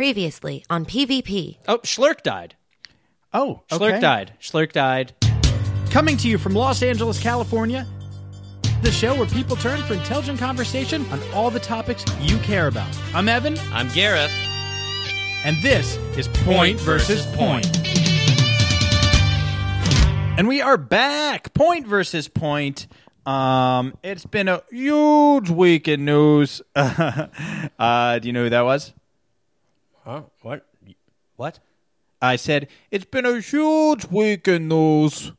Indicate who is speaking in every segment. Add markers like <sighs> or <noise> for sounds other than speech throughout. Speaker 1: Previously on PvP.
Speaker 2: Oh, Schlurk died.
Speaker 3: Oh,
Speaker 2: Schlurk
Speaker 3: okay.
Speaker 2: died. Schlurk died.
Speaker 3: Coming to you from Los Angeles, California, the show where people turn for intelligent conversation on all the topics you care about. I'm Evan,
Speaker 4: I'm Gareth.
Speaker 3: and this is Point versus Point. And we are back. Point versus Point. Um, it's been a huge week in news. <laughs> uh, do you know who that was?
Speaker 4: Huh? Oh, What?
Speaker 2: What?
Speaker 3: I said it's been a huge week in news.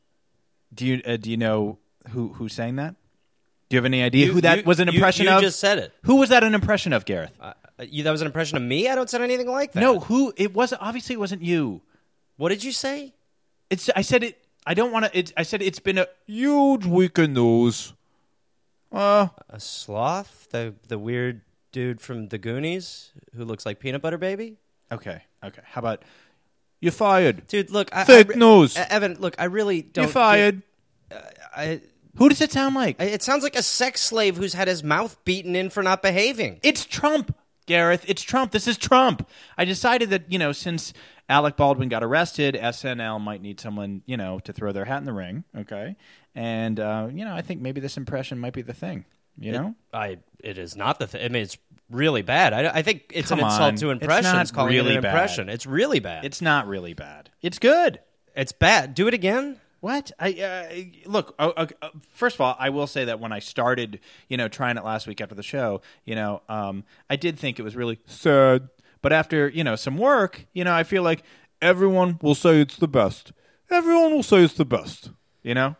Speaker 3: Do you uh, do you know who who sang that? Do you have any idea
Speaker 4: You-
Speaker 3: who that
Speaker 4: you-
Speaker 3: was an
Speaker 4: you-
Speaker 3: impression
Speaker 4: you
Speaker 3: of?
Speaker 4: just said it.
Speaker 3: Who was that an impression of, Gareth?
Speaker 4: Uh, you, that was an impression of me. I don't said anything like that.
Speaker 3: no, who it was. Obviously, it wasn't you.
Speaker 4: What did you say?
Speaker 3: It's I said it. I don't want to. I said it's been a huge week in news. Uh,
Speaker 4: A sloth, the the weird dude from the Goonies who looks like peanut butter baby.
Speaker 3: okay, okay. How about you're fired?
Speaker 4: Dude, look, I,
Speaker 3: Fake
Speaker 4: I re-
Speaker 3: news.
Speaker 4: E- Evan, look, I really don't.
Speaker 3: You're fired.
Speaker 4: I,
Speaker 3: Who does it sound like?
Speaker 4: I- it sounds like a sex slave who's had his mouth beaten in for not behaving.
Speaker 3: It's Trump, Gareth. It's Trump. This is Trump. I decided that, you know, since Alec Baldwin got arrested, SNL might need someone, you know, to throw their hat in the ring. Okay. And, uh, you know, I think maybe this impression might be the thing, you know?
Speaker 4: I. It is not the. Th- I mean, it's really bad. I, I think it's
Speaker 3: Come
Speaker 4: an insult
Speaker 3: on.
Speaker 4: to
Speaker 3: It's
Speaker 4: impressions.
Speaker 3: not
Speaker 4: calling
Speaker 3: really
Speaker 4: it an
Speaker 3: bad.
Speaker 4: impression. It's really bad. It's
Speaker 3: It's not really bad. It's good.
Speaker 4: it's bad. Do it again.
Speaker 3: What I uh, look? Oh, okay, uh, first of all, I will say that when I started, you know, trying it last week after the show, you know, um, I did think it was really sad. But after you know some work, you know, I feel like everyone will say it's the best. Everyone will say it's the best. You know,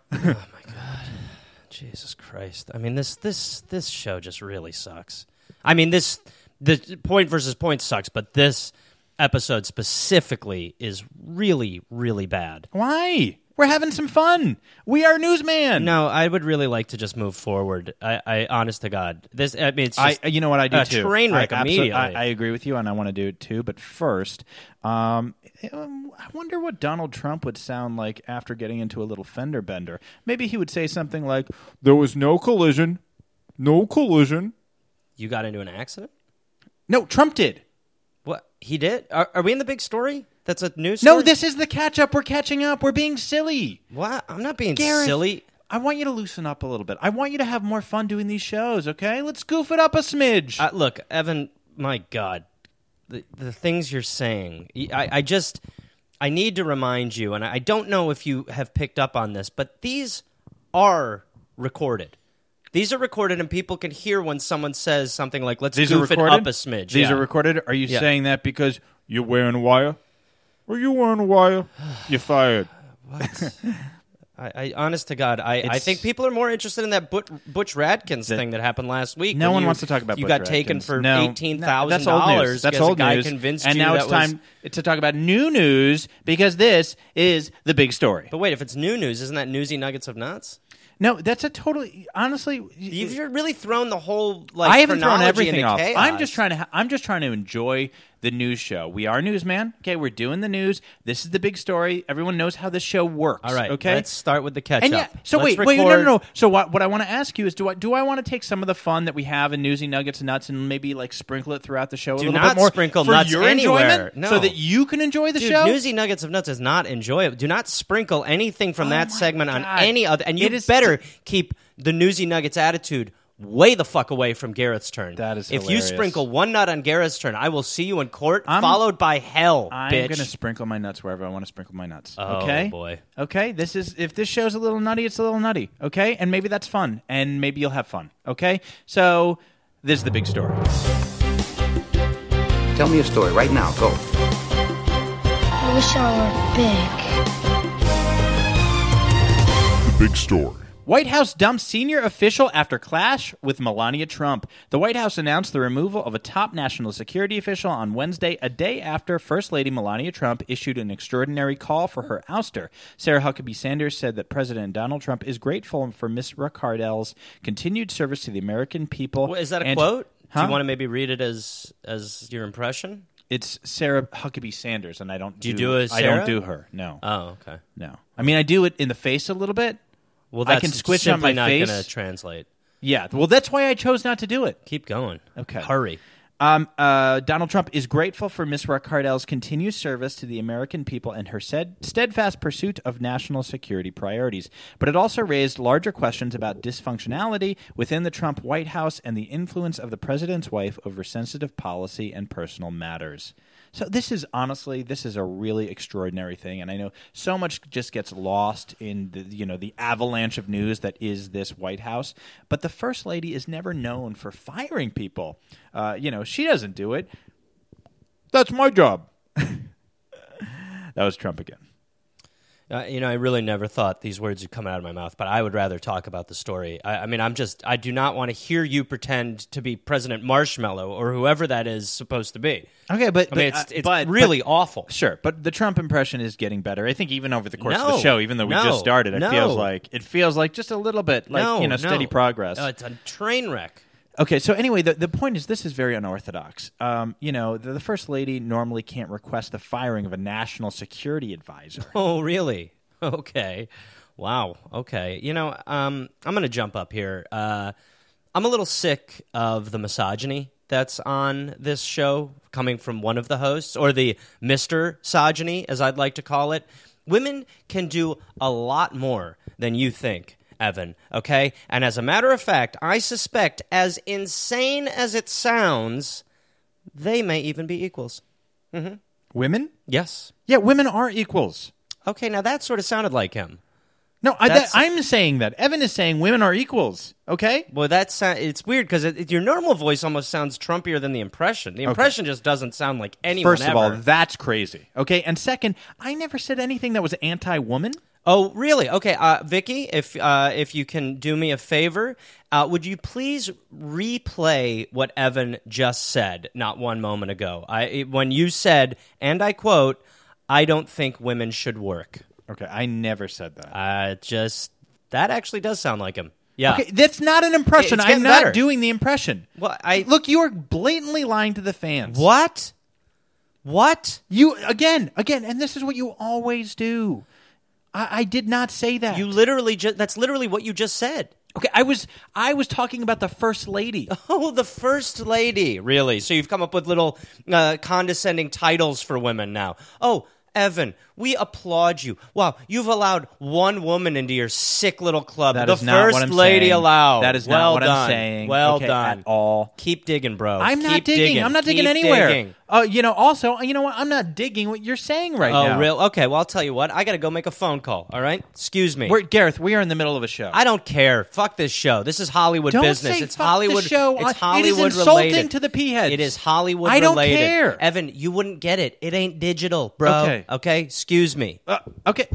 Speaker 4: Jesus Christ. I mean this this this show just really sucks. I mean this the point versus point sucks, but this episode specifically is really really bad.
Speaker 3: why? We're having some fun. We are newsman.
Speaker 4: No, I would really like to just move forward. I, I honest to God, this I mean it's
Speaker 3: I,
Speaker 4: just,
Speaker 3: you know what I do
Speaker 4: a
Speaker 3: too.
Speaker 4: train wreck
Speaker 3: I abso-
Speaker 4: immediately.
Speaker 3: I, I agree with you, and I want to do it too. But first, um, um, I wonder what Donald Trump would sound like after getting into a little fender bender. Maybe he would say something like, "There was no collision, no collision."
Speaker 4: you got into an accident.
Speaker 3: No, Trump did.
Speaker 4: What he did? Are, are we in the big story? That's a news.
Speaker 3: No,
Speaker 4: story?
Speaker 3: this is the catch up. We're catching up. We're being silly.
Speaker 4: What? I'm not being
Speaker 3: Gareth,
Speaker 4: silly.
Speaker 3: I want you to loosen up a little bit. I want you to have more fun doing these shows. Okay, let's goof it up a smidge.
Speaker 4: Uh, look, Evan, my God, the, the things you're saying, y- I, I just, I need to remind you, and I I don't know if you have picked up on this, but these are recorded. These are recorded, and people can hear when someone says something like, let's
Speaker 3: These are
Speaker 4: goof it
Speaker 3: recorded.
Speaker 4: up a smidge.
Speaker 3: These
Speaker 4: Yeah.
Speaker 3: are recorded. Are you
Speaker 4: Yeah.
Speaker 3: saying that because you're wearing wire? Are you wearing wire? You're fired.
Speaker 4: I, I, honest to God, I, I think people are more interested in that But, Butch Radkins thing that happened last week.
Speaker 3: <sighs> No
Speaker 4: when
Speaker 3: one
Speaker 4: you-
Speaker 3: wants to talk about
Speaker 4: You
Speaker 3: Butch
Speaker 4: got
Speaker 3: Radkins.
Speaker 4: taken for
Speaker 3: No, no,
Speaker 4: eighteen thousand
Speaker 3: That's old
Speaker 4: dollars
Speaker 3: news. That's
Speaker 4: because
Speaker 3: old
Speaker 4: a guy
Speaker 3: news.
Speaker 4: convinced
Speaker 3: and
Speaker 4: you
Speaker 3: now
Speaker 4: that was-
Speaker 3: it's time to talk about new news because this is the big story.
Speaker 4: But wait, if it's new news, isn't that newsy nuggets of nuts?
Speaker 3: No, that's a totally honestly.
Speaker 4: You've you're really thrown the whole like.
Speaker 3: Hmm. I haven't thrown
Speaker 4: chronology
Speaker 3: everything
Speaker 4: into
Speaker 3: off.
Speaker 4: Chaos.
Speaker 3: I'm just trying to. Ha- I'm just trying to enjoy the news show. We are newsman. Okay, we're doing the news. This is the big story. Everyone knows how this show works.
Speaker 4: All right.
Speaker 3: Okay.
Speaker 4: Let's start with the catch
Speaker 3: And yeah,
Speaker 4: up.
Speaker 3: so
Speaker 4: Let's
Speaker 3: wait, wait, no, no,
Speaker 4: record-
Speaker 3: no. So what? What I want to ask you is, do I do I want to take some of the fun that we have in Newsy Nuggets and Nuts and maybe like sprinkle it throughout the show a
Speaker 4: Do
Speaker 3: little
Speaker 4: not
Speaker 3: bit more?
Speaker 4: sprinkle
Speaker 3: for
Speaker 4: nuts
Speaker 3: your
Speaker 4: anywhere.
Speaker 3: enjoyment,
Speaker 4: No.
Speaker 3: so that you can enjoy the
Speaker 4: Dude,
Speaker 3: show.
Speaker 4: Newsy Nuggets of Nuts is not enjoyable. Do not sprinkle anything from that
Speaker 3: Oh my
Speaker 4: segment on
Speaker 3: God.
Speaker 4: any other. And you
Speaker 3: It is-
Speaker 4: better keep the Newsy Nuggets attitude way the fuck away from Gareth's turn.
Speaker 3: That is
Speaker 4: If
Speaker 3: hilarious.
Speaker 4: you sprinkle one nut on Gareth's turn, I will see you in court,
Speaker 3: I'm-
Speaker 4: followed by hell,
Speaker 3: I'm
Speaker 4: bitch.
Speaker 3: gonna sprinkle my nuts wherever I want to sprinkle my nuts.
Speaker 4: Oh,
Speaker 3: okay,
Speaker 4: boy.
Speaker 3: Okay, this is if this show's a little nutty, it's a little nutty. Okay, and maybe that's fun, and maybe you'll have fun. Okay, so this is the big story.
Speaker 5: Tell me a story right now. Go.
Speaker 6: I wish I were big.
Speaker 7: Big story.
Speaker 3: White House dumps senior official after clash with Melania Trump. The White House announced the removal of a top national security official on Wednesday, a day after First Lady Melania Trump issued an extraordinary call for her ouster. Sarah Huckabee Sanders said that President Donald Trump is grateful for Miss Ricardell's continued service to the American people.
Speaker 4: Well, is that a
Speaker 3: and-
Speaker 4: quote? Do
Speaker 3: Huh?
Speaker 4: you want to maybe read it as as your impression?
Speaker 3: It's Sarah Huckabee Sanders, and I don't. Do
Speaker 4: you do a
Speaker 3: I don't
Speaker 4: Sarah?
Speaker 3: do her. No,
Speaker 4: Oh, okay.
Speaker 3: no. I mean, I do it in the face a little bit.
Speaker 4: Well,
Speaker 3: I
Speaker 4: that's
Speaker 3: can squish on
Speaker 4: simply
Speaker 3: my
Speaker 4: not
Speaker 3: face.
Speaker 4: going to translate.
Speaker 3: Yeah. Well, that's why I chose not to do it.
Speaker 4: Keep going.
Speaker 3: Okay.
Speaker 4: Hurry.
Speaker 3: Um, uh, Donald Trump is grateful for Ms. Cardell's continued service to the American people and her said, steadfast pursuit of national security priorities. But it also raised larger questions about dysfunctionality within the Trump White House and the influence of the president's wife over sensitive policy and personal matters. So this is honestly, this is a really extraordinary thing, and I know so much just gets lost in the you know the avalanche of news that is this White House. But the first lady is never known for firing people. Uh, you know, she doesn't do it. That's my job. <laughs> that was Trump again.
Speaker 4: Uh, you know, I really never thought these words would come out of my mouth, but I would rather talk about the story. I, I mean, I'm just, I do not want to hear you pretend to be President Marshmallow or whoever that is supposed to be.
Speaker 3: Okay, but
Speaker 4: I mean, it's, it's really awful.
Speaker 3: Sure, but the Trump impression is getting better. I think even over the course of the
Speaker 4: No.
Speaker 3: show, even though we
Speaker 4: No.
Speaker 3: just started, it feels
Speaker 4: No.
Speaker 3: like it feels like just a little bit, like
Speaker 4: no,
Speaker 3: you know,
Speaker 4: no.
Speaker 3: steady progress.
Speaker 4: Uh, it's a train wreck.
Speaker 3: Okay, so anyway, the, the point is this is very unorthodox. Um, you know, the, the First Lady normally can't request the firing of a national
Speaker 4: <laughs>
Speaker 3: security advisor.
Speaker 4: Oh, really? Okay. Wow. Okay. You know, um, I'm going to jump up here. Uh, I'm a little sick of the misogyny that's on this show coming from one of the hosts, or the Mr. Misogyny, as I'd like to call it. Women can do a lot more than you think. Evan, okay? And as a matter of fact, I suspect, as insane as it sounds, they may even be equals.
Speaker 3: women?
Speaker 4: Yes.
Speaker 3: Yeah, women are equals.
Speaker 4: Okay, now that sort of sounded like him.
Speaker 3: No, I, that,
Speaker 4: That's-
Speaker 3: I'm saying that. Evan is saying women are equals. Okay?
Speaker 4: Well, that's it's weird because it, it- your normal voice almost sounds Trumpier than the impression. The impression just doesn't sound like anyone.
Speaker 3: First of all,
Speaker 4: ever.
Speaker 3: that's crazy. Okay, and second, I never said anything that was anti-woman.
Speaker 4: oh really? Okay, uh, Vicky, if uh, if you can do me a favor, uh, would you please replay what Evan just said not one moment ago? I it, when you said, and I quote, "I don't think women should work."
Speaker 3: Okay, I never said that.
Speaker 4: Uh, just that actually does sound like him. Yeah.
Speaker 3: Okay, that's not an impression.
Speaker 4: It's
Speaker 3: I'm
Speaker 4: getting
Speaker 3: not
Speaker 4: better.
Speaker 3: doing the impression.
Speaker 4: Well, I-
Speaker 3: look. You are blatantly lying to the fans.
Speaker 4: What? What?
Speaker 3: You again, again, and this is what you always do. I, I did not say that.
Speaker 4: You literally just—that's literally what you just said.
Speaker 3: okay? I was I was talking about the
Speaker 4: <laughs>
Speaker 3: first lady.
Speaker 4: Oh, the first lady, really? So you've come up with little uh, condescending titles for women now. Oh, Evan, we applaud you. Wow, you've allowed one woman into your sick little club.
Speaker 3: That
Speaker 4: the
Speaker 3: is
Speaker 4: first
Speaker 3: not what I'm
Speaker 4: lady
Speaker 3: saying.
Speaker 4: allowed.
Speaker 3: That is not
Speaker 4: well
Speaker 3: what I'm
Speaker 4: done.
Speaker 3: saying,
Speaker 4: Well
Speaker 3: okay,
Speaker 4: done
Speaker 3: at all.
Speaker 4: Keep digging, bro.
Speaker 3: I'm not
Speaker 4: Keep
Speaker 3: digging. I'm not digging
Speaker 4: Keep
Speaker 3: anywhere.
Speaker 4: digging.
Speaker 3: Uh, you know. Also, you know what? I'm not digging what you're saying right
Speaker 4: Oh,
Speaker 3: now.
Speaker 4: real? Okay. Well, I'll tell you what. I gotta go make a phone call. All right. Excuse me.
Speaker 3: We're, Gareth, we are in the middle of a show.
Speaker 4: I don't care. Fuck this show. This is Hollywood
Speaker 3: Don't
Speaker 4: business.
Speaker 3: say
Speaker 4: it's
Speaker 3: fuck the
Speaker 4: Hollywood.
Speaker 3: show. It is
Speaker 4: It's Hollywood
Speaker 3: insulting
Speaker 4: related.
Speaker 3: to the peaheads.
Speaker 4: It is Hollywood.
Speaker 3: I don't
Speaker 4: related.
Speaker 3: care.
Speaker 4: Evan. You wouldn't get it. It ain't digital, bro.
Speaker 3: Okay.
Speaker 4: Okay. Excuse me.
Speaker 3: Uh, okay.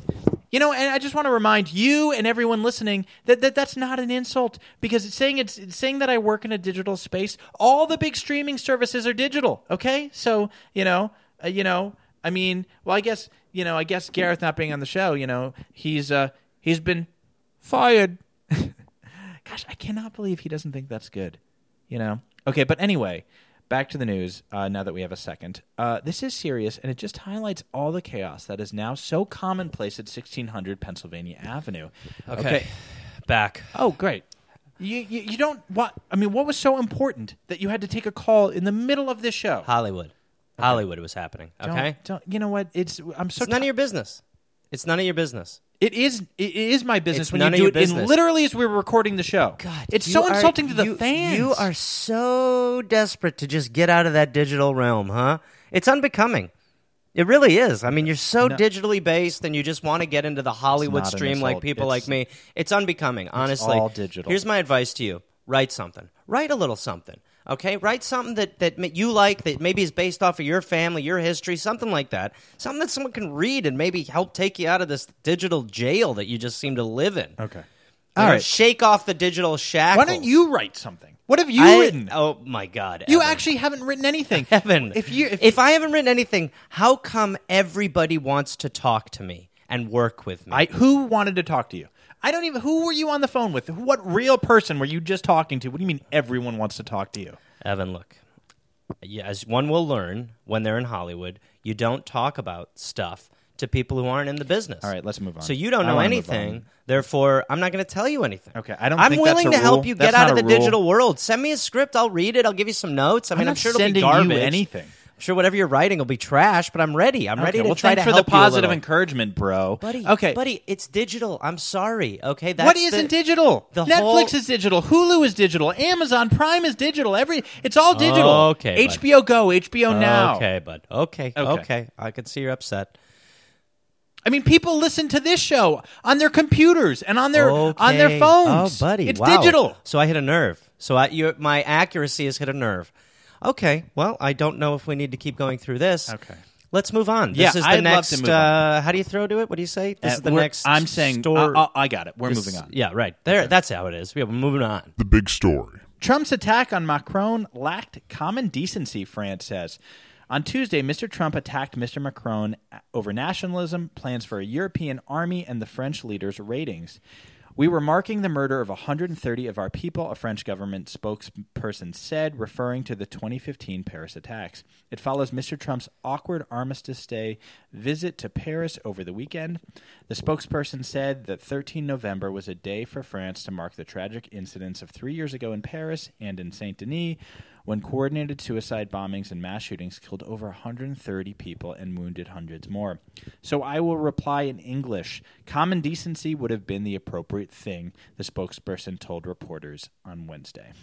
Speaker 3: You know, and I just want to remind you and everyone listening that, that that's not an insult because it's saying it's, it's saying that I work in a digital space. All the big streaming services are digital. Okay, so you know, uh, you know, I mean, well, I guess you know, I guess Gareth not being on the show, you know, he's uh he's been fired. Gosh, I cannot believe he doesn't think that's good. You know. Okay, but anyway, back to the news. Uh, now that we have a second, uh, this is serious, and it just highlights all the chaos that is now so commonplace at 1600 Pennsylvania Avenue.
Speaker 4: Okay. Back.
Speaker 3: Oh, great. You, you you don't what I mean? What was so important that you had to take a call in the middle of this show?
Speaker 4: Hollywood. Hollywood was happening.
Speaker 3: Don't-
Speaker 4: Okay.
Speaker 3: Don't, you know what? It's I'm so
Speaker 4: It's none of your business. It's none of your business.
Speaker 3: It is it is my business
Speaker 4: It's
Speaker 3: when you
Speaker 4: none of
Speaker 3: do
Speaker 4: your
Speaker 3: it. in
Speaker 4: business.
Speaker 3: literally as we were recording the show.
Speaker 4: God,
Speaker 3: it's
Speaker 4: you
Speaker 3: so
Speaker 4: are-
Speaker 3: insulting to the
Speaker 4: you-
Speaker 3: fans.
Speaker 4: You are so desperate to just get out of that digital realm, huh? It's unbecoming. It really is. I mean, you're so digitally based, and you just want to get into the Hollywood
Speaker 3: not an
Speaker 4: stream like
Speaker 3: insult.
Speaker 4: people like
Speaker 3: It's-
Speaker 4: me. It's unbecoming, honestly.
Speaker 3: all digital.
Speaker 4: Here's my advice to you: write something. Write a little something. Okay, write something that that ma- you like that maybe is based off of your family, your history, something like that. Something that someone can read and maybe help take you out of this digital jail that you just seem to live in.
Speaker 3: okay.
Speaker 4: All
Speaker 3: All
Speaker 4: right,
Speaker 3: right.
Speaker 4: Shake off the digital shackles.
Speaker 3: Why don't you write something? What have you
Speaker 4: I-
Speaker 3: written?
Speaker 4: Oh my God!
Speaker 3: you
Speaker 4: Evan.
Speaker 3: actually haven't written anything.
Speaker 4: Evan.
Speaker 3: if you if,
Speaker 4: I haven't written anything, how come everybody wants to talk to me and work with me?
Speaker 3: I who wanted to talk to you? I don't even. Who were you on the phone with? What real person were you just talking to? What do you mean everyone wants to talk to you?
Speaker 4: Evan, look. Yeah, As one will learn when they're in Hollywood, you don't talk about stuff to people who aren't in the business.
Speaker 3: All right, let's move on.
Speaker 4: So you
Speaker 3: I
Speaker 4: don't know
Speaker 3: wanna move
Speaker 4: anything.
Speaker 3: on.
Speaker 4: Therefore, I'm not going to tell you anything.
Speaker 3: Okay, I don't
Speaker 4: I'm
Speaker 3: think that's
Speaker 4: willing
Speaker 3: a
Speaker 4: to help
Speaker 3: rule.
Speaker 4: you
Speaker 3: That's
Speaker 4: get out of
Speaker 3: not
Speaker 4: the
Speaker 3: a rule.
Speaker 4: digital world. Send me a script. I'll read it. I'll give you some notes. I mean,
Speaker 3: I'm
Speaker 4: I'm,
Speaker 3: not
Speaker 4: sure it'll be
Speaker 3: sending you
Speaker 4: garbage.
Speaker 3: anything.
Speaker 4: I'm sure whatever you're writing will be trash. But I'm ready. I'm ready
Speaker 3: Okay,
Speaker 4: to
Speaker 3: well,
Speaker 4: try
Speaker 3: thanks
Speaker 4: to
Speaker 3: for
Speaker 4: help
Speaker 3: the
Speaker 4: you a
Speaker 3: positive
Speaker 4: little.
Speaker 3: encouragement, bro.
Speaker 4: buddy.
Speaker 3: okay,
Speaker 4: buddy, it's digital. I'm sorry. Okay, that's
Speaker 3: what isn't
Speaker 4: the-
Speaker 3: digital?
Speaker 4: the
Speaker 3: Netflix
Speaker 4: whole-
Speaker 3: is digital. Hulu is digital. Amazon Prime is digital. Every it's all digital.
Speaker 4: Okay, bud.
Speaker 3: HBO Go, HBO Now.
Speaker 4: Okay, bud. Okay,
Speaker 3: Okay.
Speaker 4: okay, I can see you're upset.
Speaker 3: I mean, people listen to this show on their computers and on their on their
Speaker 4: Okay.
Speaker 3: phones.
Speaker 4: Oh, buddy,
Speaker 3: it's
Speaker 4: wow.
Speaker 3: digital.
Speaker 4: So I hit a nerve. So I, your, my accuracy has hit a nerve. Okay. Well, I don't know if we need to keep going through this.
Speaker 3: Okay.
Speaker 4: Let's move on.
Speaker 3: Yeah,
Speaker 4: this is the
Speaker 3: I'd love
Speaker 4: next.
Speaker 3: to move on.
Speaker 4: Uh, how do you throw to it? What do you say? This
Speaker 3: Uh,
Speaker 4: is the
Speaker 3: we're-
Speaker 4: next.
Speaker 3: I'm saying.
Speaker 4: story.
Speaker 3: I, I- I got it. We're
Speaker 4: This-
Speaker 3: moving on.
Speaker 4: Yeah, right there. That's how it is. Yeah, We're moving on.
Speaker 5: The big story.
Speaker 3: Trump's attack on Macron lacked common decency, France says. On Tuesday, Mr. Trump attacked Mr. Macron over nationalism, plans for a European army, and the French leader's ratings. We were marking the murder of 130 of our people, a French government spokesperson said, referring to the 2015 Paris attacks. It follows Mr. Trump's awkward Armistice Day visit to Paris over the weekend. The spokesperson said that 13 November was a day for France to mark the tragic incidents of three years ago in Paris and in Saint Denis, when coordinated suicide bombings and mass shootings killed over 130 people and wounded hundreds more. So I will reply in English. Common decency would have been the appropriate thing, the spokesperson told reporters on Wednesday.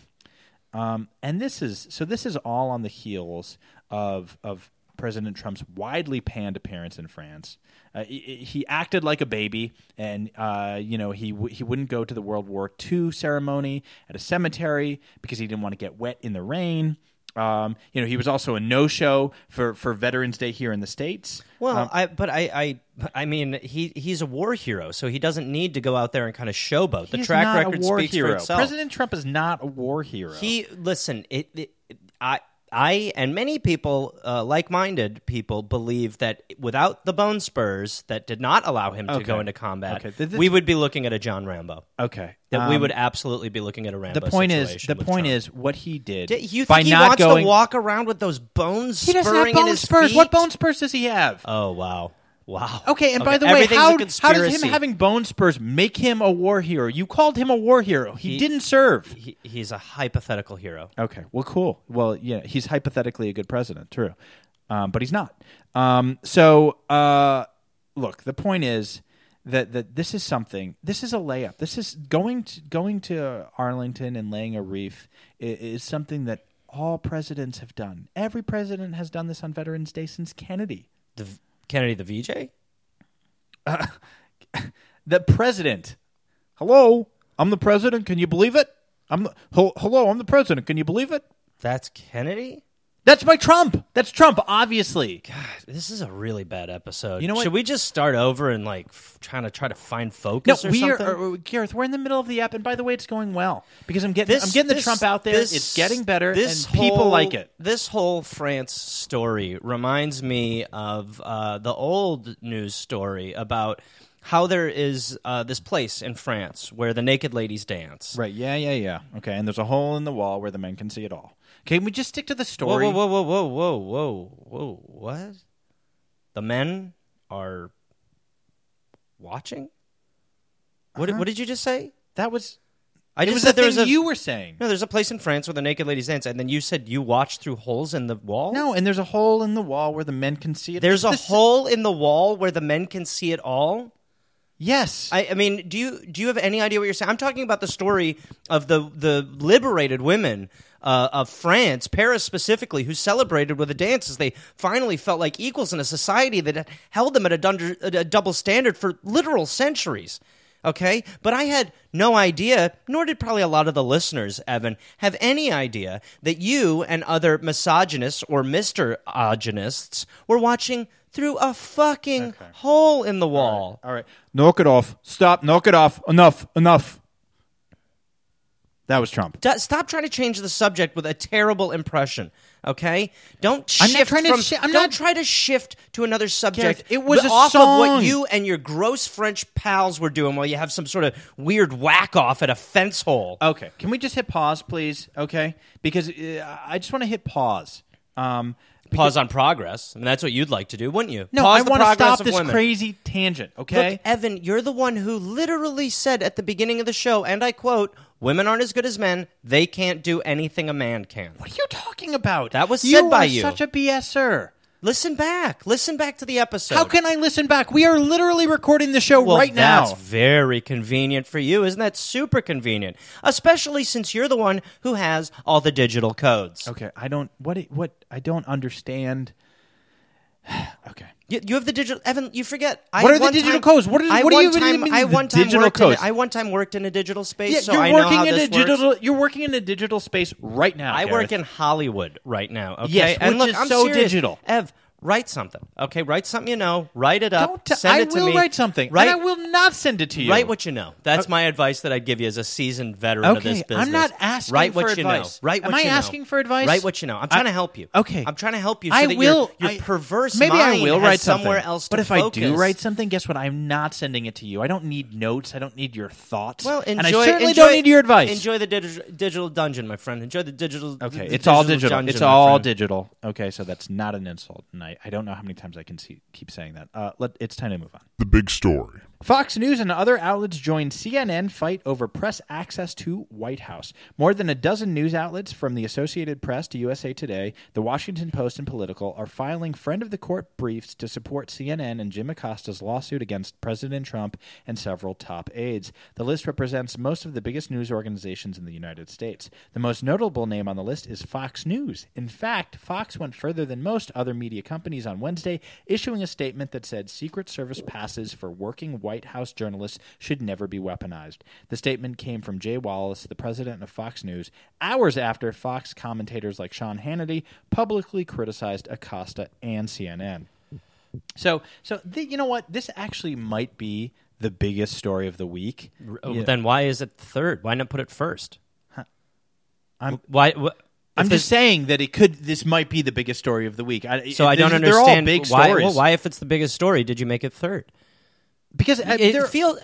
Speaker 3: Um, and this is so. This is all on the heels of of President Trump's widely panned appearance in France. Uh, he, he acted like a baby, and uh, you know he w- he wouldn't go to the World War II ceremony at a cemetery because he didn't want to get wet in the rain. Um, you know he was also a no show for for Veterans Day here in the states.
Speaker 4: Well, I but I, I I mean he he's a war hero, so he doesn't need to go out there and kind of showboat. The
Speaker 3: He's
Speaker 4: track
Speaker 3: not a
Speaker 4: record
Speaker 3: war
Speaker 4: speaks
Speaker 3: hero.
Speaker 4: for itself.
Speaker 3: President Trump is not a war hero.
Speaker 4: He listen. It, it, it- I. I and many people, uh, like-minded people, believe that without the bone spurs that did not allow him to
Speaker 3: Okay.
Speaker 4: go into combat,
Speaker 3: Okay. Th- th-
Speaker 4: we would be looking at a John Rambo.
Speaker 3: okay.
Speaker 4: That we
Speaker 3: Um,
Speaker 4: would absolutely be looking at a Rambo.
Speaker 3: The point is,
Speaker 4: situation
Speaker 3: the
Speaker 4: with
Speaker 3: point
Speaker 4: Trump.
Speaker 3: is, what he did
Speaker 4: D- you think
Speaker 3: by
Speaker 4: he
Speaker 3: not
Speaker 4: wants
Speaker 3: going
Speaker 4: to walk around with those bones?
Speaker 3: He doesn't have
Speaker 4: spurring in
Speaker 3: bone
Speaker 4: his
Speaker 3: spurs. What
Speaker 4: feet?
Speaker 3: bone spurs does he have?
Speaker 4: Oh wow, wow.
Speaker 3: Uh, okay, and by the way,
Speaker 4: everything's a
Speaker 3: how, how does
Speaker 4: conspiracy.
Speaker 3: him having bone spurs make him a war hero? You called him a war hero. He,
Speaker 4: He-
Speaker 3: didn't serve.
Speaker 4: He, he's a hypothetical hero.
Speaker 3: Okay, well, cool. Well, yeah, he's hypothetically a good president, true, um, but he's not. Um, so, uh, look, the point is that that this is something. This is a layup. This is going to going to Arlington and laying a reef i- is something that all presidents have done. Every president has done this on Veterans Day since Kennedy.
Speaker 4: The, Kennedy, the VJ.
Speaker 3: the president. Hello, I'm the president. Can you believe it? I'm the, hel- hello. I'm the president. Can you believe it?
Speaker 4: That's Kennedy.
Speaker 3: That's my Trump. That's Trump, obviously.
Speaker 4: This is a really bad episode.
Speaker 3: You know what?
Speaker 4: Should we just start over and like f- trying to try to find
Speaker 3: No,
Speaker 4: focus or
Speaker 3: we are,
Speaker 4: something?
Speaker 3: uh, Gareth. We're in the middle of the app, and by the way, it's going well because I'm getting
Speaker 4: This-
Speaker 3: I'm getting the
Speaker 4: this-
Speaker 3: Trump out there.
Speaker 4: this-
Speaker 3: it's getting better,
Speaker 4: this
Speaker 3: and people
Speaker 4: whole-
Speaker 3: like it.
Speaker 4: This whole France story reminds me of uh, the old news story about how there is uh, this place in France where the naked ladies dance.
Speaker 3: Right? Yeah, yeah, yeah. Okay, and there's a hole in the wall where the men can see it all. Can we just stick to the
Speaker 4: Whoa,
Speaker 3: story?
Speaker 4: whoa, whoa, whoa, whoa, whoa, whoa, whoa! What? The men are watching. What? What did you just say?
Speaker 3: That was
Speaker 4: I
Speaker 3: it
Speaker 4: just
Speaker 3: was
Speaker 4: said
Speaker 3: Uh-huh. the
Speaker 4: there
Speaker 3: thing
Speaker 4: was a
Speaker 3: you were saying.
Speaker 4: No, there's a place in France where the naked ladies dance, and then you said you watch through holes in the wall.
Speaker 3: No, and there's a hole in the wall where the men can see it.
Speaker 4: there's a
Speaker 3: This-
Speaker 4: hole in the wall where the men can see it all.
Speaker 3: Yes,
Speaker 4: I, I mean, do you do you have any idea what you're saying? I'm talking about the story of the the liberated women uh, of France, Paris specifically, who celebrated with the dances. They finally felt like equals in a society that had held them at a, dunder, at a double standard for literal centuries. Okay, but I had no idea, nor did probably a lot of the listeners, Evan, have any idea that you and other misogynists or misterogenists were watching through a fucking hole in the wall.
Speaker 3: All right. Knock it off. Stop. Knock it off. Enough. Enough. That was Trump.
Speaker 4: Do- stop trying to change the subject with a terrible impression. Okay, don't
Speaker 3: I'm
Speaker 4: shift
Speaker 3: not trying to
Speaker 4: from.
Speaker 3: shi- I'm
Speaker 4: don't
Speaker 3: not-
Speaker 4: try to shift to another subject.
Speaker 3: Gareth, it was
Speaker 4: b-
Speaker 3: a
Speaker 4: off of
Speaker 3: song.
Speaker 4: what you and your gross French pals were doing while you have some sort of weird whack off at a fence hole.
Speaker 3: Okay. Can we just hit pause, please? Okay. Because uh, I just want to hit pause. Um,
Speaker 4: pause on progress. I mean, that's what you'd like to do, wouldn't you?
Speaker 3: No,
Speaker 4: pause
Speaker 3: I
Speaker 4: the
Speaker 3: want to
Speaker 4: progress
Speaker 3: stop
Speaker 4: of
Speaker 3: this
Speaker 4: women.
Speaker 3: crazy tangent. Okay.
Speaker 4: Look, Evan, you're the one who literally said at the beginning of the show, and I quote, "Women aren't as good as men. They can't do anything a man can."
Speaker 3: what are you talking about?
Speaker 4: That was
Speaker 3: you
Speaker 4: said by
Speaker 3: are
Speaker 4: you.
Speaker 3: Such a BSer.
Speaker 4: Listen back. Listen back to the episode.
Speaker 3: How can I listen back? We are literally recording the show
Speaker 4: Well,
Speaker 3: right now.
Speaker 4: That's very convenient for you. Isn't that super convenient? Especially since you're the one who has all the digital codes.
Speaker 3: okay, I don't. What? it- What? I don't understand. <sighs> okay.
Speaker 4: You, you have the digital. Evan, you forget. I
Speaker 3: What are the
Speaker 4: one
Speaker 3: digital
Speaker 4: time-
Speaker 3: codes? What is-
Speaker 4: I
Speaker 3: what do
Speaker 4: one
Speaker 3: you even
Speaker 4: time,
Speaker 3: mean
Speaker 4: I
Speaker 3: the
Speaker 4: one time
Speaker 3: digital
Speaker 4: worked in a-
Speaker 3: codes?
Speaker 4: I one time worked in a digital space,
Speaker 3: Yeah,
Speaker 4: so
Speaker 3: you're
Speaker 4: I know
Speaker 3: working
Speaker 4: how
Speaker 3: in a
Speaker 4: this works.
Speaker 3: digital. You're working in a digital space right now.
Speaker 4: I
Speaker 3: Gareth.
Speaker 4: work in Hollywood right now. Okay,
Speaker 3: Yes,
Speaker 4: and
Speaker 3: which
Speaker 4: look,
Speaker 3: is
Speaker 4: I'm
Speaker 3: so
Speaker 4: serious.
Speaker 3: digital.
Speaker 4: Ev, write something. Okay, write something you know. Write it up.
Speaker 3: Don't t-
Speaker 4: send
Speaker 3: I
Speaker 4: it to
Speaker 3: will
Speaker 4: me.
Speaker 3: write something.
Speaker 4: Write.
Speaker 3: and I will not send it to you.
Speaker 4: Write what you know. That's my advice that I'd give you as a seasoned veteran of this
Speaker 3: Okay,
Speaker 4: business.
Speaker 3: I'm not asking
Speaker 4: Write what
Speaker 3: for
Speaker 4: you
Speaker 3: advice.
Speaker 4: know. Write what
Speaker 3: Am I
Speaker 4: you know.
Speaker 3: asking for advice?
Speaker 4: Write what you know. I'm trying
Speaker 3: I-
Speaker 4: to help you.
Speaker 3: okay.
Speaker 4: I'm trying to help you. So
Speaker 3: I
Speaker 4: that
Speaker 3: will.
Speaker 4: Your, your
Speaker 3: I-
Speaker 4: perverse
Speaker 3: Maybe
Speaker 4: mind
Speaker 3: I will
Speaker 4: has
Speaker 3: write
Speaker 4: somewhere
Speaker 3: something.
Speaker 4: else.
Speaker 3: But
Speaker 4: to
Speaker 3: if I do
Speaker 4: focus.
Speaker 3: write something, guess what? I'm not sending it to you. I don't need notes. I don't need your thoughts.
Speaker 4: Well, enjoy.
Speaker 3: and I certainly
Speaker 4: enjoy-
Speaker 3: don't need your advice.
Speaker 4: Enjoy the dig- digital dungeon, my friend. Enjoy the digital.
Speaker 3: Okay,
Speaker 4: the
Speaker 3: it's all
Speaker 4: digital
Speaker 3: digital.
Speaker 4: dungeon,
Speaker 3: it's
Speaker 4: my
Speaker 3: all
Speaker 4: friend.
Speaker 3: digital. Okay, so that's not an insult, and I, I don't know how many times I can see, keep saying that. Uh, let, it's time to move on.
Speaker 5: The big story.
Speaker 3: Fox News and other outlets joined CNN fight over press access to White House. More than a dozen news outlets from the Associated Press to USA Today, The Washington Post and Political are filing friend of the court briefs to support CNN and Jim Acosta's lawsuit against President Trump and several top aides. The list represents most of the biggest news organizations in the United States. The most notable name on the list is Fox News. In fact, Fox went further than most other media companies on Wednesday, issuing a statement that said Secret Service passes for working White House journalists should never be weaponized. The statement came from Jay Wallace, the president of Fox News, hours after Fox commentators like Sean Hannity publicly criticized Acosta and CNN. So, so the, you know what? This actually might be the biggest story of the week.
Speaker 4: Oh, Then why is it third? Why not put it first?
Speaker 3: I'm-
Speaker 4: why? wh- if
Speaker 3: I'm
Speaker 4: it's-
Speaker 3: just saying that it could. This might be the biggest story of the week. I,
Speaker 4: So I don't
Speaker 3: they're- they're all
Speaker 4: understand
Speaker 3: big
Speaker 4: why.
Speaker 3: stories.
Speaker 4: Well, why, if it's the biggest story, did you make it third?
Speaker 3: Because I,
Speaker 4: it
Speaker 3: Uh, there-
Speaker 4: feels.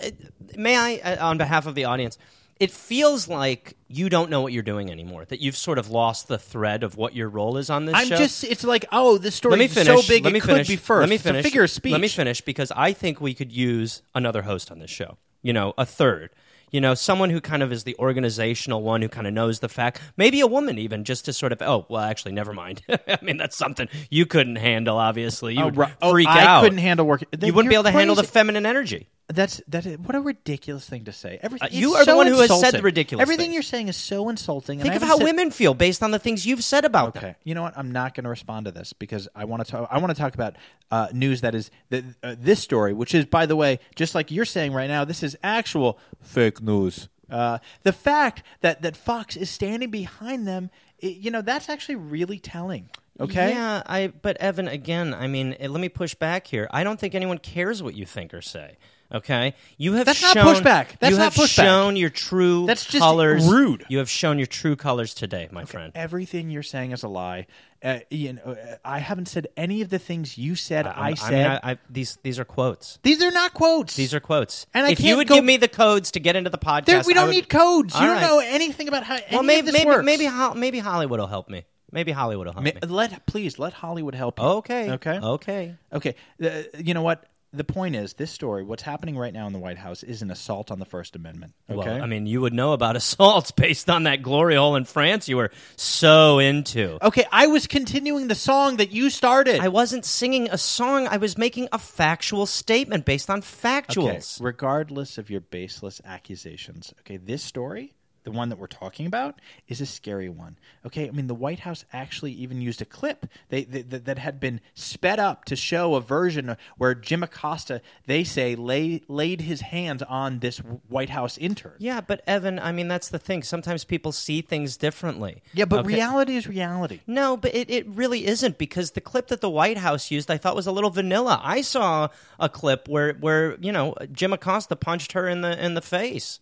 Speaker 4: May I, uh, on behalf of the audience, it feels like you don't know what you're doing anymore. That you've sort of lost the thread of what your role is on this
Speaker 3: I'm
Speaker 4: show.
Speaker 3: just. It's like, oh, this story
Speaker 4: Let me
Speaker 3: is
Speaker 4: finish.
Speaker 3: so big
Speaker 4: Let me
Speaker 3: it
Speaker 4: finish.
Speaker 3: could be first.
Speaker 4: Let me
Speaker 3: It's a
Speaker 4: finish.
Speaker 3: figure of speech.
Speaker 4: Let me finish because I think we could use another host on this show. You know, a third. You know, someone who kind of is the organizational one who kind of knows the fact. Maybe a woman even just to sort of oh well actually never mind. <laughs> I mean that's something you couldn't handle obviously. You
Speaker 3: Oh,
Speaker 4: would
Speaker 3: ri- oh,
Speaker 4: freak
Speaker 3: I
Speaker 4: out.
Speaker 3: couldn't handle work- Then
Speaker 4: You wouldn't be
Speaker 3: you're
Speaker 4: able to handle the
Speaker 3: crazy.
Speaker 4: feminine energy.
Speaker 3: That's that. Is, what a ridiculous thing to say. Everything
Speaker 4: Uh, you
Speaker 3: it's
Speaker 4: are the
Speaker 3: so
Speaker 4: one who has said
Speaker 3: insulting.
Speaker 4: the ridiculous
Speaker 3: Everything
Speaker 4: things.
Speaker 3: you're saying is so insulting. and I
Speaker 4: Think of
Speaker 3: haven't
Speaker 4: how
Speaker 3: said-
Speaker 4: women feel based on the things you've said about them.
Speaker 3: Okay, you know what? I'm not going to respond to this because I want to talk. I want to talk about uh, news that is that uh, this story, which is, by the way, just like you're saying right now, this is actual fake news. Uh, the fact that that Fox is standing behind them, i you know, that's actually really telling. Okay,
Speaker 4: Yeah, I but Evan again, I mean, eh, let me push back here. I don't think anyone cares what you think or say. Okay? You have
Speaker 3: That's not
Speaker 4: shown
Speaker 3: pushback. That's
Speaker 4: you
Speaker 3: not
Speaker 4: have
Speaker 3: pushback.
Speaker 4: shown your true
Speaker 3: That's just
Speaker 4: colors.
Speaker 3: rude.
Speaker 4: You have shown your true colors today, my friend.
Speaker 3: everything you're saying is a lie. Uh, Ian, uh, I haven't said any of the things you said.
Speaker 4: I'm-
Speaker 3: I,
Speaker 4: mean,
Speaker 3: said
Speaker 4: I, I, these these are quotes.
Speaker 3: these are not quotes.
Speaker 4: These are quotes.
Speaker 3: And I
Speaker 4: if you
Speaker 3: can't
Speaker 4: would
Speaker 3: go-
Speaker 4: give me the codes to get into the podcast,
Speaker 3: There- we
Speaker 4: I
Speaker 3: don't
Speaker 4: would-
Speaker 3: need codes.
Speaker 4: All
Speaker 3: you
Speaker 4: right.
Speaker 3: don't know anything about how any
Speaker 4: Well, maybe
Speaker 3: of this
Speaker 4: maybe
Speaker 3: works.
Speaker 4: maybe Hol- maybe Hollywood will help me. Maybe Hollywood will help
Speaker 3: Ma-
Speaker 4: me.
Speaker 3: Let please let Hollywood help you.
Speaker 4: Okay.
Speaker 3: uh, Okay.
Speaker 4: Okay.
Speaker 3: Okay. The- you know what? The point is, this story, what's happening right now in the White House, is an assault on the First Amendment. Okay.
Speaker 4: Well, I mean, you would know about <laughs> assaults based on that glory hole in France you were so into.
Speaker 3: okay. I was continuing the song that you started.
Speaker 4: I wasn't singing a song. I was making a factual statement based on
Speaker 3: okay.
Speaker 4: factuals.
Speaker 3: Regardless of your baseless accusations, okay, this story. The one that we're talking about is a scary one. Okay, I mean the White House actually even used a clip they, th th- that had been sped up to show a version where Jim Acosta, they say, lay, laid his hands on this White House intern.
Speaker 4: Yeah, but Evan, I mean, that's the thing. Sometimes people see things differently.
Speaker 3: Yeah, but
Speaker 4: Okay.
Speaker 3: reality is reality.
Speaker 4: No, but it, it really isn't because the clip that the White House used I thought was a little vanilla. I saw a clip where, where you know, Jim Acosta punched her in the in the face.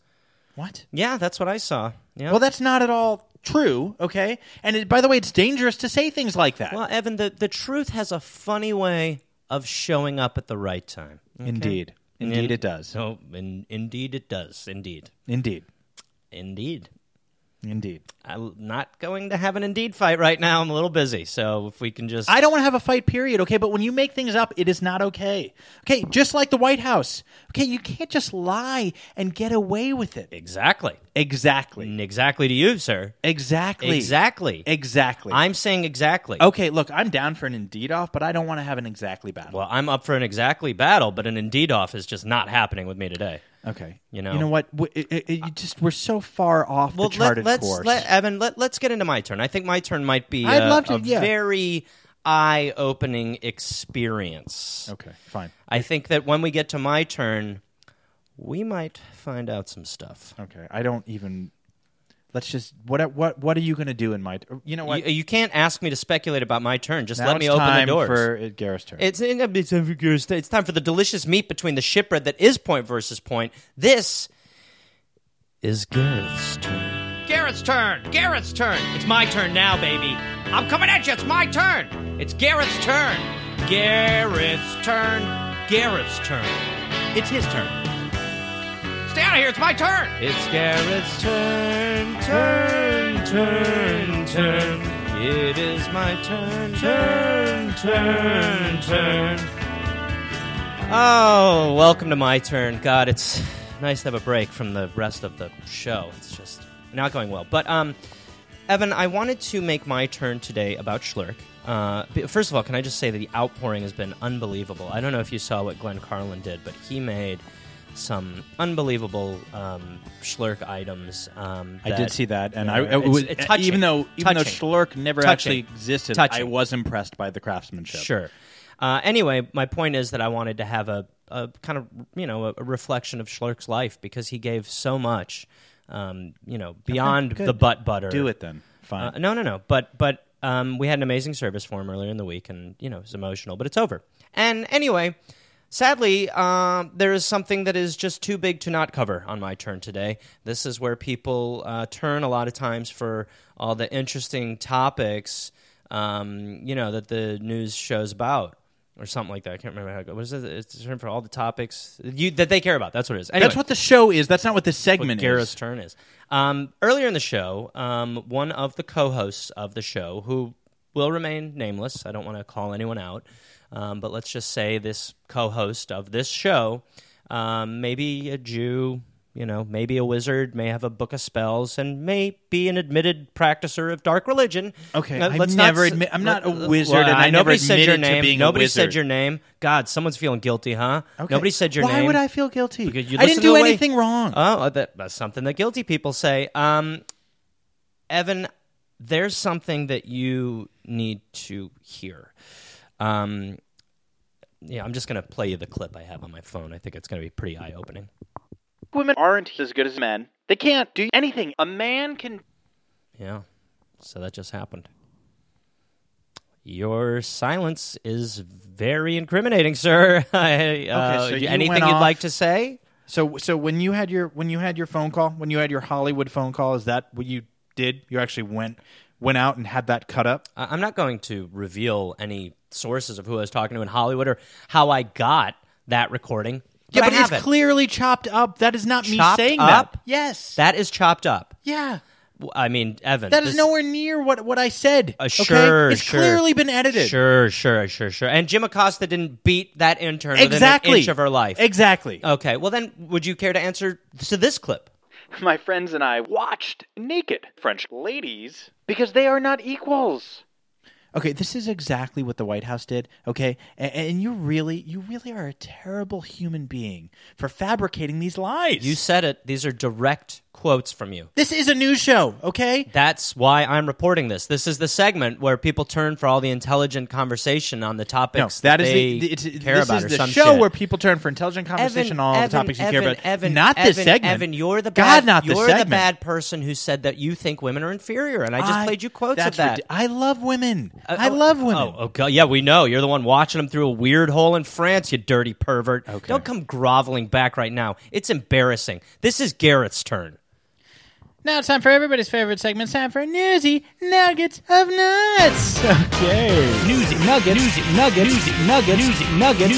Speaker 3: What?
Speaker 4: Yeah, that's what I saw. Yeah.
Speaker 3: Well, that's not at all true, okay? And it, by the way, it's dangerous to say things like that.
Speaker 4: Well, Evan, the, the truth has a funny way of showing up at the right time.
Speaker 3: Indeed. Indeed, it does.
Speaker 4: So, in, indeed, it does. Indeed.
Speaker 3: Indeed.
Speaker 4: Indeed.
Speaker 3: Indeed.
Speaker 4: I'm not going to have an Indeed fight right now. I'm a little busy, so if we can just
Speaker 3: I don't want to have a fight, period, okay? But when you make things up, it is not okay. Okay, just like the White House. Okay, you can't just lie and get away with it.
Speaker 4: exactly,
Speaker 3: Exactly.
Speaker 4: exactly to you, sir.
Speaker 3: Exactly.
Speaker 4: Exactly.
Speaker 3: Exactly.
Speaker 4: I'm saying exactly.
Speaker 3: okay, look, I'm down for an indeed off, but I don't want to have an exactly battle.
Speaker 4: Well, I'm up for an exactly battle, but an Indeed off is just not happening with me today.
Speaker 3: okay.
Speaker 4: you know-
Speaker 3: You know what? W- it- it- it- you just we're so far off
Speaker 4: Well,
Speaker 3: the
Speaker 4: let,
Speaker 3: charted
Speaker 4: us
Speaker 3: course.
Speaker 4: let Evan let, let's get into my turn. I think my turn might be
Speaker 3: I'd
Speaker 4: a-
Speaker 3: love to,
Speaker 4: a
Speaker 3: yeah.
Speaker 4: very eye-opening experience.
Speaker 3: okay, fine.
Speaker 4: I think that when we get to my turn, we might find out some stuff.
Speaker 3: Okay. I don't even Let's just what what what are you going to do in my You know what?
Speaker 4: You, you can't ask me to speculate about my turn. Just
Speaker 3: Now
Speaker 4: let
Speaker 3: it's
Speaker 4: me open the
Speaker 3: time
Speaker 4: doors.
Speaker 3: for uh, Gareth's turn.
Speaker 4: It's, it's time for yours. It's time for the delicious meat between the shipwreck that is point versus point. This is Gareth's turn.
Speaker 5: Garrett's turn. Garrett's turn. It's my turn now, baby. I'm coming at you. It's my turn. It's Garrett's turn. Garrett's turn. Garrett's turn. It's his turn. Stay out of here. It's my turn. It's Garrett's turn.
Speaker 4: Turn, turn, turn. It is my turn. Turn, turn, turn. Oh, welcome to my turn. God, it's nice to have a break from the rest of the show. It's just not going well. But um, Evan, I wanted to make my turn today about Schlurk. Uh, b- first of all, can I just say that the outpouring has been unbelievable? I don't know if you saw what Glenn Carlin did, but he made some unbelievable um, Schlurk items. Um,
Speaker 3: I did see that, and
Speaker 4: Yeah,
Speaker 3: I it
Speaker 4: it's-
Speaker 3: was
Speaker 4: it's
Speaker 3: even
Speaker 4: touching.
Speaker 3: though even though
Speaker 4: Touching.
Speaker 3: Schlurk never actually
Speaker 4: Touching.
Speaker 3: existed,
Speaker 4: Touching.
Speaker 3: I was impressed by the craftsmanship.
Speaker 4: Sure. Uh, anyway, my point is that I wanted to have a, a kind of you know a, a reflection of Schlurk's life because he gave so much, um, you know, beyond
Speaker 3: good.
Speaker 4: the butt butter.
Speaker 3: do it then. Fine.
Speaker 4: Uh, no, no, no. But but um, we had an amazing service for him earlier in the week, and you know it was emotional, but it's over. And anyway, sadly, um, there is something that is just too big to not cover on my turn today. This is where people uh, turn a lot of times for all the interesting topics, um, you know, that the news shows about. Or something like that. I can't remember how it goes. What is it? It's a term for all the topics you, that they care about. That's what it is. Anyway.
Speaker 3: That's what the show is. That's not what this segment
Speaker 4: What Gareth's
Speaker 3: is.
Speaker 4: turn is. Um, earlier in the show, um, one of the co-hosts of the show, who will remain nameless, I don't want to call anyone out, um, but let's just say this co-host of this show, um, maybe a Jew, you know, maybe a wizard, may have a book of spells, and may be an admitted practicer of dark religion.
Speaker 3: Okay,
Speaker 4: Uh,
Speaker 3: I've
Speaker 4: let's
Speaker 3: never
Speaker 4: s-
Speaker 3: admit- I'm not a
Speaker 4: let- uh,
Speaker 3: wizard, and I never
Speaker 4: nobody said your
Speaker 3: admitted to
Speaker 4: name.
Speaker 3: being a
Speaker 4: nobody
Speaker 3: wizard.
Speaker 4: said your name. God, someone's feeling guilty, huh?
Speaker 3: Okay.
Speaker 4: Nobody said your
Speaker 3: Why
Speaker 4: name.
Speaker 3: would I feel guilty?
Speaker 4: Because you
Speaker 3: I
Speaker 4: listen to
Speaker 3: didn't do
Speaker 4: the way-
Speaker 3: anything wrong.
Speaker 4: Oh, that, that's something that guilty people say. Um, Evan, there's something that you need to hear. Um, yeah, I'm just going to play you the clip I have on my phone. I think it's going to be pretty eye opening.
Speaker 3: Women aren't as good as men. They can't do anything. A man can.
Speaker 4: Yeah. So that just happened. Your silence is very incriminating, sir. <laughs> I, uh,
Speaker 3: Okay, so you
Speaker 4: anything
Speaker 3: went
Speaker 4: you'd
Speaker 3: off-
Speaker 4: like to say?
Speaker 3: So so when you had your when you had your phone call when you had your Hollywood phone call is that what you did? You actually went went out and had that cut up.
Speaker 4: I- I'm not going to reveal any sources of who I was talking to in Hollywood or how I got that recording.
Speaker 3: yeah,
Speaker 4: I
Speaker 3: but it's
Speaker 4: have it.
Speaker 3: clearly chopped up. That is not
Speaker 4: Chopped
Speaker 3: me saying
Speaker 4: up?
Speaker 3: that. Yes.
Speaker 4: That is chopped up.
Speaker 3: yeah.
Speaker 4: W- I mean, Evan.
Speaker 3: That is
Speaker 4: this-
Speaker 3: nowhere near what, what I said.
Speaker 4: Uh,
Speaker 3: okay?
Speaker 4: sure,
Speaker 3: It's
Speaker 4: sure.
Speaker 3: clearly been edited.
Speaker 4: Sure, sure, sure, sure. And Jim Acosta didn't beat that intern
Speaker 3: Exactly.
Speaker 4: within an inch of her life.
Speaker 3: Exactly.
Speaker 4: Okay, well then, would you care to answer to this clip?
Speaker 7: <laughs> My friends and I watched naked French ladies because they are not equals.
Speaker 3: Okay, this is exactly what the White House did. Okay, and, and you really, you really are a terrible human being for fabricating these lies.
Speaker 4: You said it. These are direct quotes from you.
Speaker 3: this is a news show. Okay,
Speaker 4: That's why I'm reporting this. This is the segment where people turn for all the intelligent conversation on the topics
Speaker 3: that is
Speaker 4: they
Speaker 3: the, it's,
Speaker 4: care
Speaker 3: this
Speaker 4: about
Speaker 3: is
Speaker 4: or
Speaker 3: the
Speaker 4: some
Speaker 3: show
Speaker 4: shit.
Speaker 3: where people turn for intelligent conversation
Speaker 4: Evan,
Speaker 3: on all
Speaker 4: Evan,
Speaker 3: the topics you
Speaker 4: Evan,
Speaker 3: care about.
Speaker 4: Evan,
Speaker 3: not
Speaker 4: Evan,
Speaker 3: this segment.
Speaker 4: Evan, you're the bad,
Speaker 3: God, not this
Speaker 4: you're
Speaker 3: segment.
Speaker 4: the bad person who said that you think women are inferior, and I just played you quotes of
Speaker 3: that's
Speaker 4: that.
Speaker 3: ridi- I love women.
Speaker 4: Uh,
Speaker 3: I
Speaker 4: oh,
Speaker 3: love women.
Speaker 4: Oh, oh, God. yeah, we know. You're the one watching them through a weird hole in France, you dirty pervert.
Speaker 3: Okay.
Speaker 4: Don't come groveling back right now. It's embarrassing. This is Garrett's turn.
Speaker 3: Now it's time for everybody's favorite segment. It's time for Newsy Nuggets of Nuts.
Speaker 5: <laughs>
Speaker 3: Okay.
Speaker 5: Newsy nuggets. Newsy nuggets. Newsy nuggets. Newsy nuggets.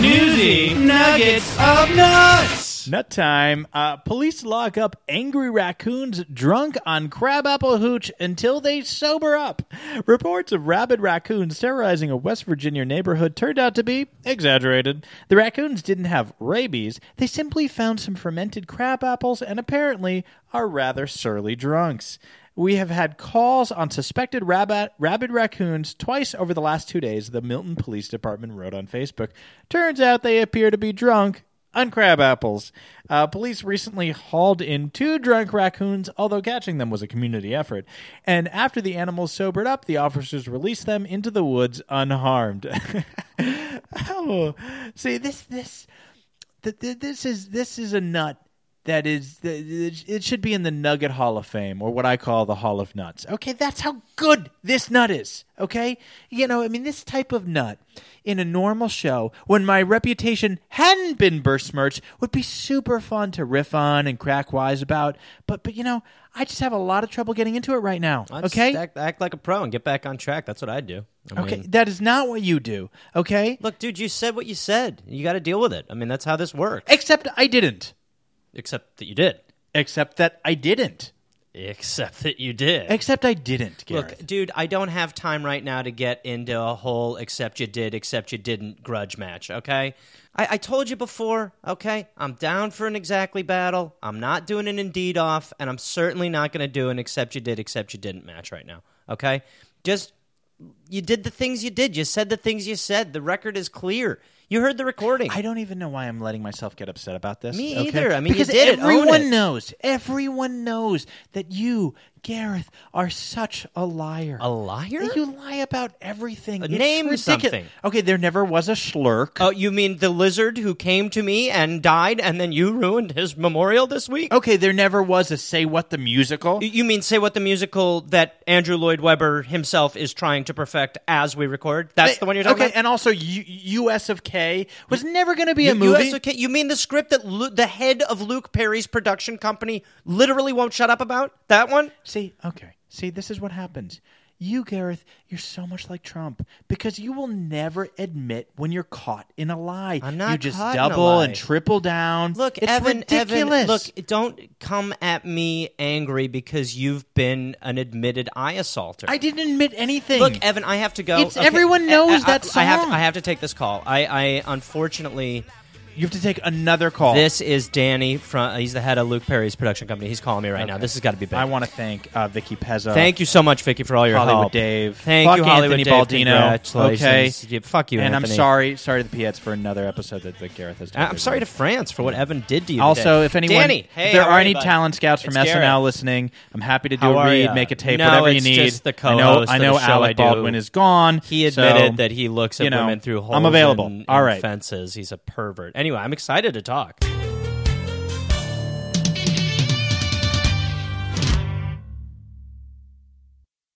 Speaker 5: Newsy nuggets.
Speaker 3: Nuggets of Nuts.
Speaker 4: Yes.
Speaker 3: Nut time. Uh, police lock up angry raccoons drunk on crabapple hooch until they sober up. Reports of rabid raccoons terrorizing a West Virginia neighborhood turned out to be exaggerated. The raccoons didn't have rabies, they simply found some fermented crab apples and apparently are rather surly drunks. We have had calls on suspected rabbit, rabid raccoons twice over the last two days, the Milton Police Department wrote on Facebook. Turns out they appear to be drunk on crab apples. Uh, police recently hauled in two drunk raccoons, although catching them was a community effort. And after the animals sobered up, the officers released them into the woods unharmed. <laughs> oh, see this this th- th- this is this is a nut that is th- th- it should be in the Nugget Hall of Fame or what I call the Hall of Nuts. Okay, that's how good this nut is. Okay, you know, I mean, this type of nut in a normal show when my reputation hadn't been besmirched would be super fun to riff on and crack wise about. But but you know, I just have a lot of trouble getting into it right now.
Speaker 4: I'd
Speaker 3: okay.
Speaker 4: just act, act like a pro and get back on track. That's what I'd do. I
Speaker 3: Okay,
Speaker 4: mean,
Speaker 3: that is not what you do. Okay,
Speaker 4: look, dude, you said what you said. You got to deal with it. I mean, that's how this works.
Speaker 3: except I didn't.
Speaker 4: Except that you did.
Speaker 3: Except that I didn't.
Speaker 4: Except that you did.
Speaker 3: Except I didn't. Gareth.
Speaker 4: Look, dude, I don't have time right now to get into a whole except you did, except you didn't grudge match, okay? I, I told you before, okay? I'm down for an exactly battle. I'm not doing an indeed off, and I'm certainly not going to do an except you did, except you didn't match right now, okay? Just, you did the things you did. You said the things you said. The record is clear. You heard the recording.
Speaker 3: I don't even know why I'm letting myself get upset about this.
Speaker 4: Me
Speaker 3: okay?
Speaker 4: either. I mean, you
Speaker 3: because
Speaker 4: did it. Own
Speaker 3: everyone
Speaker 4: it.
Speaker 3: knows. Everyone knows that you, Gareth, are such a liar.
Speaker 4: a liar?
Speaker 3: That You lie about everything. It's
Speaker 4: name
Speaker 3: ridiculous.
Speaker 4: something.
Speaker 3: Okay, there never was a slurk.
Speaker 4: Oh, you mean the lizard who came to me and died, and then you ruined his memorial this week?
Speaker 3: okay, there never was a say what the musical.
Speaker 4: You mean say what the musical that Andrew Lloyd Webber himself is trying to perfect as we record? That's the one you're talking
Speaker 3: okay,
Speaker 4: about.
Speaker 3: and also U- U.S. of K was never going to be a
Speaker 4: You-
Speaker 3: movie.
Speaker 4: US okay, you mean the script that Lu- the head of Luke Perry's production company literally won't shut up about? That one?
Speaker 3: See, okay. See, this is what happens. You, Gareth, you're so much like Trump because you will never admit when you're caught in a lie.
Speaker 4: I'm not
Speaker 3: You just
Speaker 4: caught in a
Speaker 3: double
Speaker 4: lie.
Speaker 3: and triple down.
Speaker 4: Look,
Speaker 3: it's
Speaker 4: Evan,
Speaker 3: ridiculous.
Speaker 4: Evan, look, don't come at me angry because you've been an admitted eye assaulter.
Speaker 3: I didn't admit anything.
Speaker 4: Look, Evan, I have to go.
Speaker 3: It's- everyone knows
Speaker 4: I- I-
Speaker 3: that
Speaker 4: I have, to,
Speaker 3: song.
Speaker 4: I have to take this call. I, I unfortunately.
Speaker 3: you have to take another call.
Speaker 4: This is Danny from. He's the head of Luke Perry's production company. He's calling me right now.
Speaker 3: Okay.
Speaker 4: This has got to be big.
Speaker 3: I want to thank uh, Vicky Pezza.
Speaker 4: Thank you so much, Vicky, for all your
Speaker 3: Hollywood
Speaker 4: help.
Speaker 3: Dave.
Speaker 4: Thank
Speaker 3: Fuck
Speaker 4: you, Hollywood
Speaker 3: Anthony
Speaker 4: Dave.
Speaker 3: Baldino.
Speaker 4: Congratulations.
Speaker 3: Okay.
Speaker 4: Yeah, fuck you,
Speaker 3: and
Speaker 4: Anthony.
Speaker 3: I'm sorry, sorry to the Piets for another episode that, that Gareth has.
Speaker 4: I- I'm sorry to France for what Evan did to you.
Speaker 3: Also,
Speaker 4: today.
Speaker 3: if anyone,
Speaker 4: Danny, hey,
Speaker 3: if there
Speaker 4: how
Speaker 3: are
Speaker 4: you,
Speaker 3: any
Speaker 4: bud?
Speaker 3: talent scouts from
Speaker 4: It's
Speaker 3: SNL
Speaker 4: Garrett.
Speaker 3: listening, I'm happy to do
Speaker 4: How
Speaker 3: a
Speaker 4: are
Speaker 3: read,
Speaker 4: ya?
Speaker 3: make a tape,
Speaker 4: No,
Speaker 3: whatever
Speaker 4: it's
Speaker 3: you need.
Speaker 4: just the
Speaker 3: I know,
Speaker 4: co-host
Speaker 3: I
Speaker 4: of
Speaker 3: know
Speaker 4: the show I
Speaker 3: Alec
Speaker 4: do.
Speaker 3: Baldwin is gone.
Speaker 4: He
Speaker 3: so,
Speaker 4: admitted that he looks at
Speaker 3: you know,
Speaker 4: women through holes.
Speaker 3: I'm available.
Speaker 4: In, in
Speaker 3: All right.
Speaker 4: fences. He's a pervert. Anyway, I'm excited to talk.